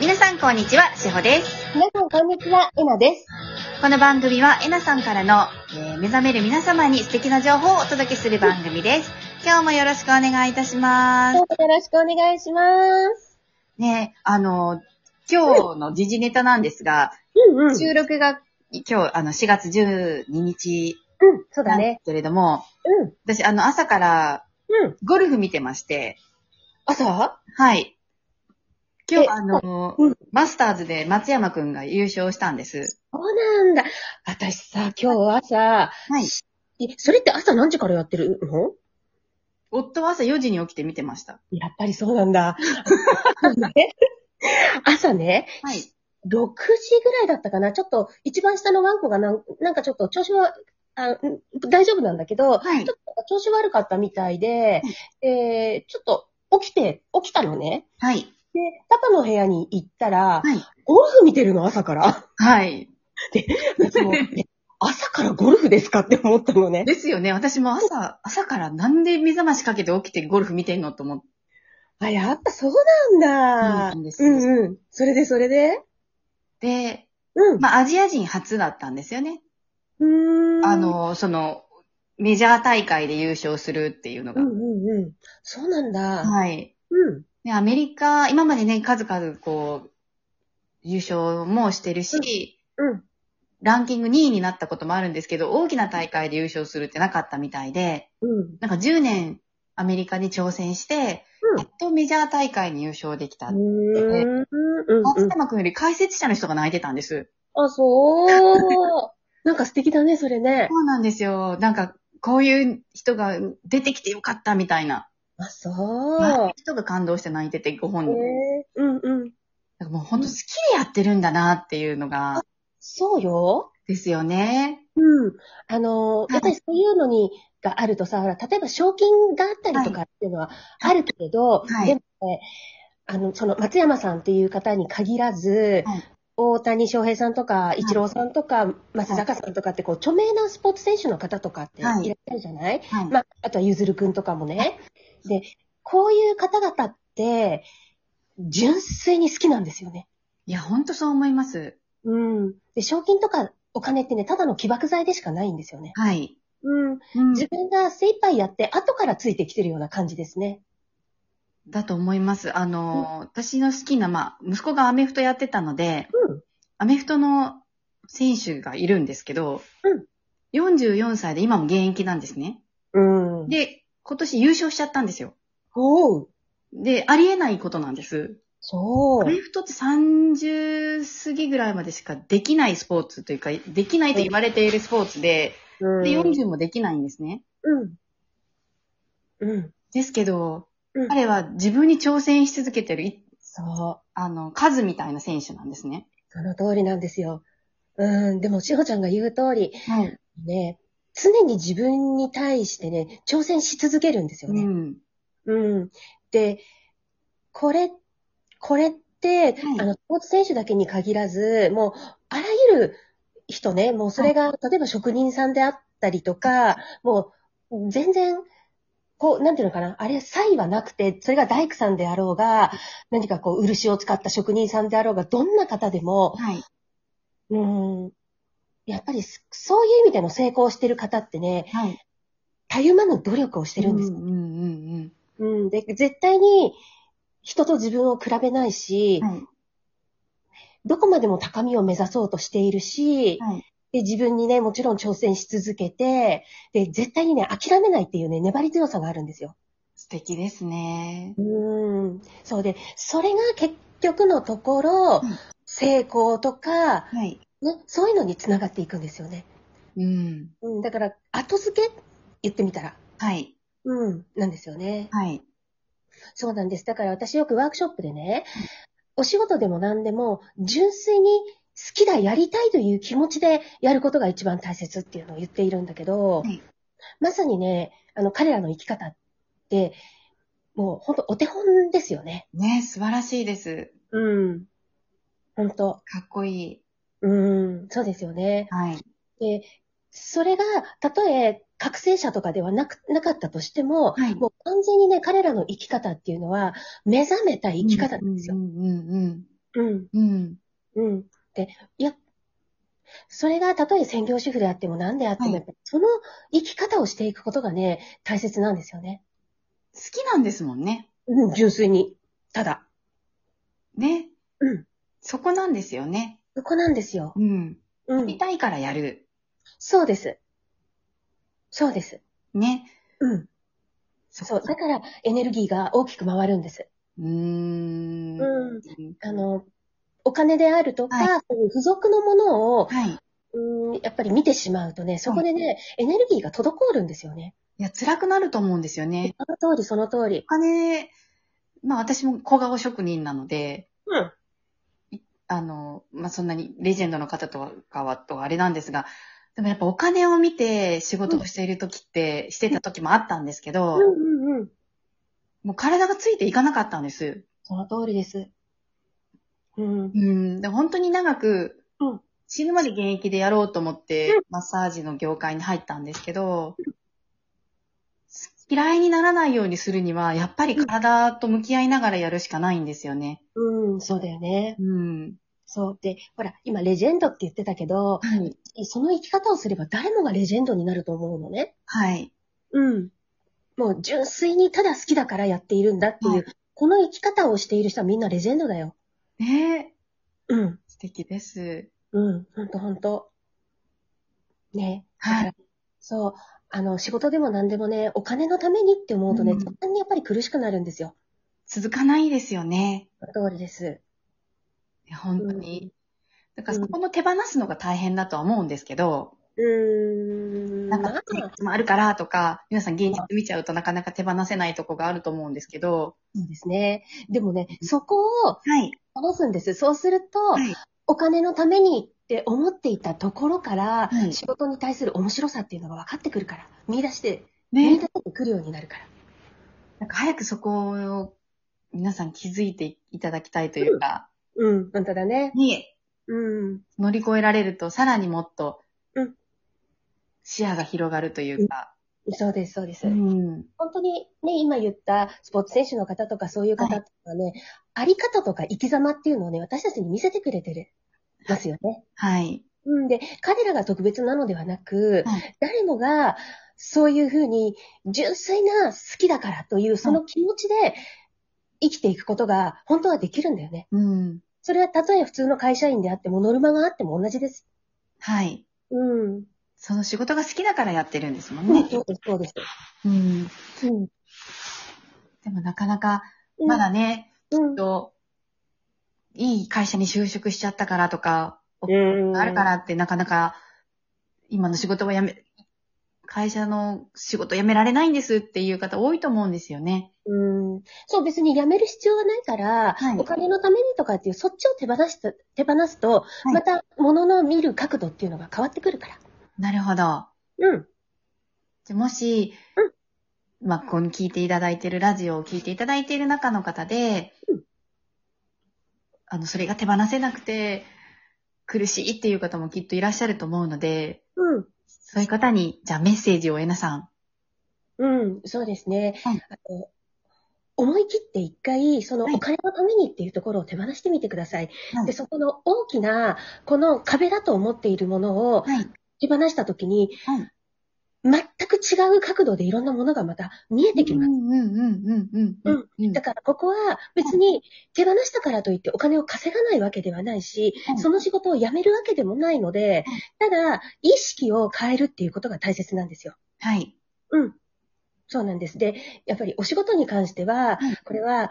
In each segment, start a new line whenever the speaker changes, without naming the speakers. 皆さんこんにちは、しほです。
皆さん、こんにちは。えなです。
この番組はえなさんからの、えー目覚める皆様に素敵な情報をお届けする番組 です。今日もよろしくお願いいたしま
ど
す
う。ぞよろしくお願いします。
ね、あの、今日の時事ネタなんですが、
うんう
収録が今日、あの、4月12日
うん、そう
な
だ
んです
ね。
けれども、
うん。
私、あの、朝から
うん。
ゴルフ見てまして、
朝
はい。今日、
え
あの、
うん
マスターズで松山くんが優勝したんです。
そうなんだ。私さ、今日朝、
はい。
え、それって朝何時からやってるの
夫は朝4時に起きて見てました。
やっぱりそうなんだ。ね 朝ね、
はい。
6時ぐらいだったかな。ちょっと、一番下のワンコがなん、なんかちょっと調子は、あうん大丈夫なんだけ
は
ど、
い
ちょっと調子悪かったみたいで、えーちょっと起きて、起きたのね。
はい。
で、パパの部屋に行った
は
ら、
い。
ゴルフ見てるの 朝から。
はい。
私もえ朝からゴルフですかって思ったのね。
ですよね。私も朝、朝からなんで目覚ましかけて起きてゴルフ見てんのと思って。
あ、やっぱそうな
そうなんん
だ
で。す
う
よ
んうん。それでそれで
で、
うん。
まあ、アジア人初だったんですよね。
うーん
あ、の、その、メジャー大会で優勝するっていうの
う
が
ん。うんうん。そうなんだ。
はい。
うん。
で、アメリカ、今までね、数々こう、優勝もしてるし、
うん。
ランキング2位になったこともあるんですけど、大きな大会で優勝するってなかったみたいで、
うん。
なんか10年アメリカに挑戦して、
うん
やっとメジャー大会に優勝できた。
うーん。うん
松
うん。
山くんより解説者の人が泣いてたんです。
あ、そう。なんか素敵だね、それね。
そうなんですよ。なんか、こういう人が出てきてよかったみたいな。
あ、そ
周りの
う。
人が感動して泣いてて、ご本
え
人。
ーうんうん。
なんかもう本当好きでやってるんだなっていうのが、
そうよ。
ですよね。
うん。あの
い
ー、やっぱりそういうのに、があるとさ、ほら、例えば賞金があったりとかっていうのはあるけれど、
はい
でもね、あの、その松山さんっていう方に限らず、
はい
大谷翔平さんとか、イチローさんとか、松坂さんとかって、こう、著名なスポーツ選手の方とかっていら
は
っ
い
しゃるじゃない、
はい。
まあ、あとはゆずるくんとかもね。で、こういう方々って、純粋に好きなんですよね。
いや、本当そう思います。
うん。で、賞金とかお金ってね、ただの起爆剤でしかないんですよね。
はい。
うん。
うん
自分が精一杯やって、後からついてきてるような感じですね。
だと思います。あの、私の好きな、まあ、息子がアメフトやってたので、
うん。
アメフトの選手がいるんですけど、
うん
44歳で今も現役なんですね。
うん。で、
で、今年優勝しちゃったんですよ。
おう。
で、ありえないことなんです。
そ
アメ
う。
フトって30過ぎぐらいまでしかできないスポーツというか、できないと言われているスポーツで、
うん。
で、40もできないんですね。
うん。うん。
ですけど
う、ん
彼は自分に挑戦し続けてるい、
そう。
あの、数みたいな選手なんですね。
その通りなんですよ。うん。でも、しほちゃんが言う通り、
はい。
ね、常に自分に対してね、挑戦し続けるんですよ
う
ね。
ん。
うん。で、これ、これっ
は
て、
い
あの、スポーツ選手だけに限らず、もう、あらゆる人ね、もうそれが、例えば職人さんであったりとか、もう、全然、こう、なんていうのかな、あれ、差異はなくて、それが大工さんであろうが、何かこう、漆を使った職人さんであろうが、どんな方でも、
はい。
うん、やっぱりそ、そういう意味での成功してる方ってね、
はい。
たゆまぬ努力をしてるんです
う。んうん
うん、で、絶対に、人と自分を比べないし
うん。、はい。
どこまでも高みを目指そうとしているし、
はい
で、自分にね、もちろん挑戦し続けて、で、絶対にね、諦めないっていうね、粘り強さがあるんですよ。
素敵ですね。
うーん。そうで、それが結局のところ、
うん
成功とか、
はい。
ね、そういうのにつながっていくんですよね。
うん。
うん、だから、後付け言ってみたら。
はい。
うん、なんですよね。
はい。
そうなんです。だから私よくワークショップでね、お仕事でも何でも、純粋に好きだ、やりたいという気持ちでやることが一番大切っていうのを言っているんだけど、
はい
まさにね、あの、彼らの生き方って、もう本当お手本ですよね。
ね、素晴らしいです。
うん。本当
かっこいい。
うん、そうですよね。
はい。
で、それが、たとえ、覚醒者とかではなく、なかったとしても、
はい
もう完全にね、彼らの生き方っていうのは、目覚めた生き方なんですよ。
うんうんうんうん。
うん。
うん。
うん。で、いや、それがたとえ専業主婦であっても何であっても、
はい
やっぱりその生き方をしていくことがね、大切なんですよね。
好きなんですもんね。
うん、純粋に。ただ、
ね。
うん。
そこなんですよね。
そこなんですよ。
うん。
う
やり
ん。
たいからやる。
そうです。そうです。
ね。
うん。
そ
そ
こ
う。だから、エネルギーが大きく回るんです。
うーん。
うん。あの、お金であるとか、そういう付属のものを、
はい。
うん、やっぱり見てしまうとね、そこでね、エネルギーが滞るんですよね。
いや、辛くなると思うんですよね。
その通り、その通り
お。金、まあ私も小顔職人なので、
うん。
あの、まあそんなにレジェンドの方とかはとはあれなんですが、でもやっぱお金を見て仕事をしている時って、してた時もあったんですけど、
うんうんうん。
もう体がついていかなかったんです。
その通りです。うん。
うん。で、本当に長く
うん、
死ぬまで現役でやろうと思って
うん、
マッサージの業界に入ったんですけど、嫌いにならないようにするには、やっぱり体と向き合いながらやるしかないんですよね。
うん、そうだよね。
うん。
そう。で、ほら、今、レジェンドって言ってたけ
は
ど、
い。
その生き方をすれば誰もがレジェンドになると思うのね。
はい。
うん。もう、純粋にただ好きだからやっているんだっていう、
は
この生き方をしている人はみんなレジェンドだよ。
ねえ
うん。
素敵です。
うん、ほんとほんと。ね。だ
は
か
い
ら、そう、あの、仕事でも何でもね、お金のためにって思うとね、
うん
途端にやっぱり苦しくなるんですよ。
続かないですよね。
その通りです。
いや本当に。だから
うん
そこの手放すのが大変だとは思うんですけど、
うーん。
なんか
まあ、
ネックもあるからとか、皆さん現実見ちゃうとなかなか手放せないとこがあると思うんですけど、
そうですね。でもね、そこを
はい。
話すんです。そうすると、
い
お金のためにって思っていたところから、
はい
仕事に対する面白さっていうのが分かってくるから、見出して、見
ね
出。してくるようになるから。
なんか早くそこを皆さん気づいていただきたいというか、
うん、本当だね。
に
うん。
乗り越えられるとさらにもっと
うん
視野が広がるというか、
そうです、そうです。
うん。
本当にね、今言ったスポーツ選手の方とかそういう方っていうのはね、あり方とか生き様っていうのをね、私たちに見せてくれてる。ますよね。
はい。
うんで、彼らが特別なのではなく、
はい
誰もがそういうふうに純粋な好きだからというその気持ちで生きていくことが本当はできるんだよね。
うん。
それはたとえ普通の会社員であってもノルマがあっても同じです。
はい。
うん。
その仕事が好きだからやってるんですもん
ね
ね。
そうです、そうです。
うん。
うん。
でもなかなか、まだね、
うん、
と、いい会社に就職しちゃったからとか、お
うん
あるからってなかなか、今の仕事は辞め、会社の仕事辞められないんですっていう方多いと思うんですよね。
うんそう、別に辞める必要はないから、
はい
お金のためにとかっていう、そっちを手放した手放すと、
い
また、ものの見る角度っていうのが変わってくるから。
なるほど。
うん。
じゃもし、まあ、ここに聞いていただいている、ラジオを聞いていただいている中の方で、
うん
あの、それが手放せなくて、苦しいっていう方もきっといらっしゃると思うので、
うん。
そういう方に、じゃあメッセージをえなさん。
うん。そうですね。
はい
あの思い切って一回、その
はい
お金のためにっていうところを手放してみてください。
はい
で、そこの大きな、この壁だと思っているものを
はい。
手放したときに、
はい
全く違う角度でいろんなものがまた見えてきま
う
す。
んうんうんうんうん。うん
だからここは別に手放したからといってお金を稼がないわけではないし
はい、
その仕事を辞めるわけでもないので、ただ意識を変えるっていうことが大切なんですよ。
はい。
うん。そうなんです。で、やっぱりお仕事に関しては
はい、
これは、やっ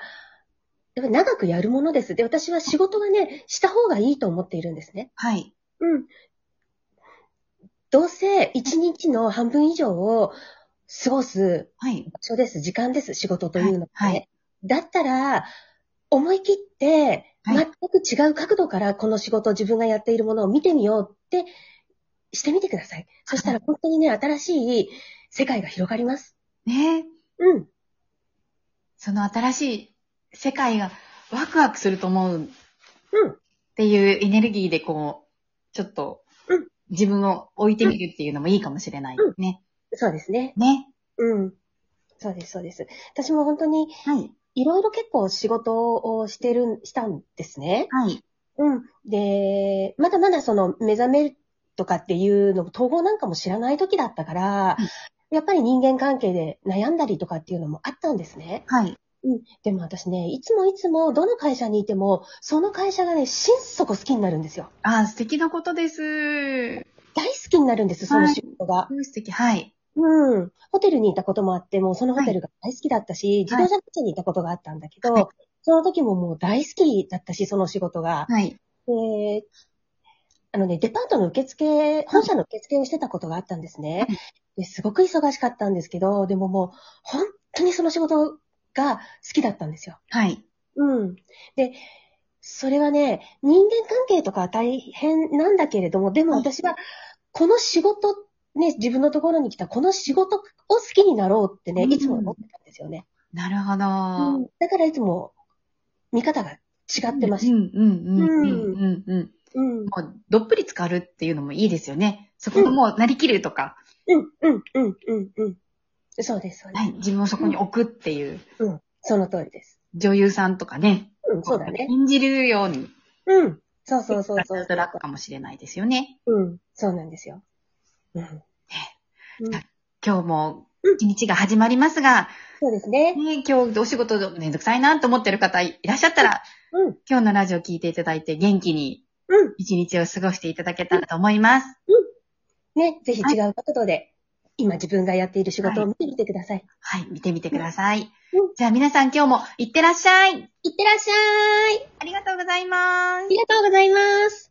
ぱり長くやるものです。で、私は仕事はね、した方がいいと思っているんですね。
はい。
うん。どうせ一日の半分以上を過ごす
はい。
場所です、時間です、仕事というのはね。
はいはい
だったら、思い切って、
はい
全く違う角度からこの仕事、自分がやっているものを見てみようって、してみてください。そしたら本当にね、新しい世界が広がります。
ねえ
うん。
その新しい世界がワクワクすると思う。
うん
っていうエネルギーでこう、ちょっと
うん、
自分を置いてみるっていうのもいいかもしれないですね。
そうですね。
ね。
うん。そうです、そうです。私も本当に
はい。
いろいろ結構仕事をしてる、したんですね。
はい。
うん。で、まだまだその目覚めるとかっていうの、統合なんかも知らない時だったから、やっぱり人間関係で悩んだりとかっていうのもあったんですね。
はい。
でも私ね、いつもいつもどの会社にいても、その会社がね、心底好きになるんですよ。
あー、素敵なことです。
大好きになるんです、その仕事が。
すごい素敵。はい。
うん。ホテルにいたこともあって、もうそのホテルが大好きだったし、自
はい
動車会社にいたことがあったんだけど、
はい
その時ももう大好きだったし、その仕事が。
はい。
で、あのね、デパートの受付、本社の受付をしてたことがあったんですね。ですごく忙しかったんですけど、でももう、本当にその仕事が好きだったんですよ。
はい。
うん。で、それはね、人間関係とかは大変なんだけれども、でも
はい
私は、この仕事、ね、自分のところに来たこの仕事を好きになろうってね、
うん
いつも思ってたんですよね。
なるほど。
だからいつも、見方が違ってまし
う
た。
んうんうんうんうんうん。
う
も
ん、
う、どっぷり浸かるっていうのもいいですよね。そこにもう、なりきるとか、
うん、うん、うん、うん、うん。そうです、そうです。
はい。自分をそこに置くっていう、
うん、その通りです。
女優さんとかね。
うん、そうだね。
演じるように、
うん、そうそうそうそう。
だったかもしれないですよね。
うん、そうなんですよ。うん。うん
今日も
うん、
一日が始まりますが、
そうですね。
ね、今日お仕事めんどくさいなと思ってる方いらっしゃったら、
うん、
今日のラジオ聞いていただいて元気に
うん。
一日を過ごしていただけたらと思います。
ね、ぜひ違う角度で、今自分がやっている仕事を見てみてください。
はい、見てみてください。
うん
じゃあ皆さん今日もいってらっしゃい。
いってらっしゃい
ありがとうございます
あ。りがとうございます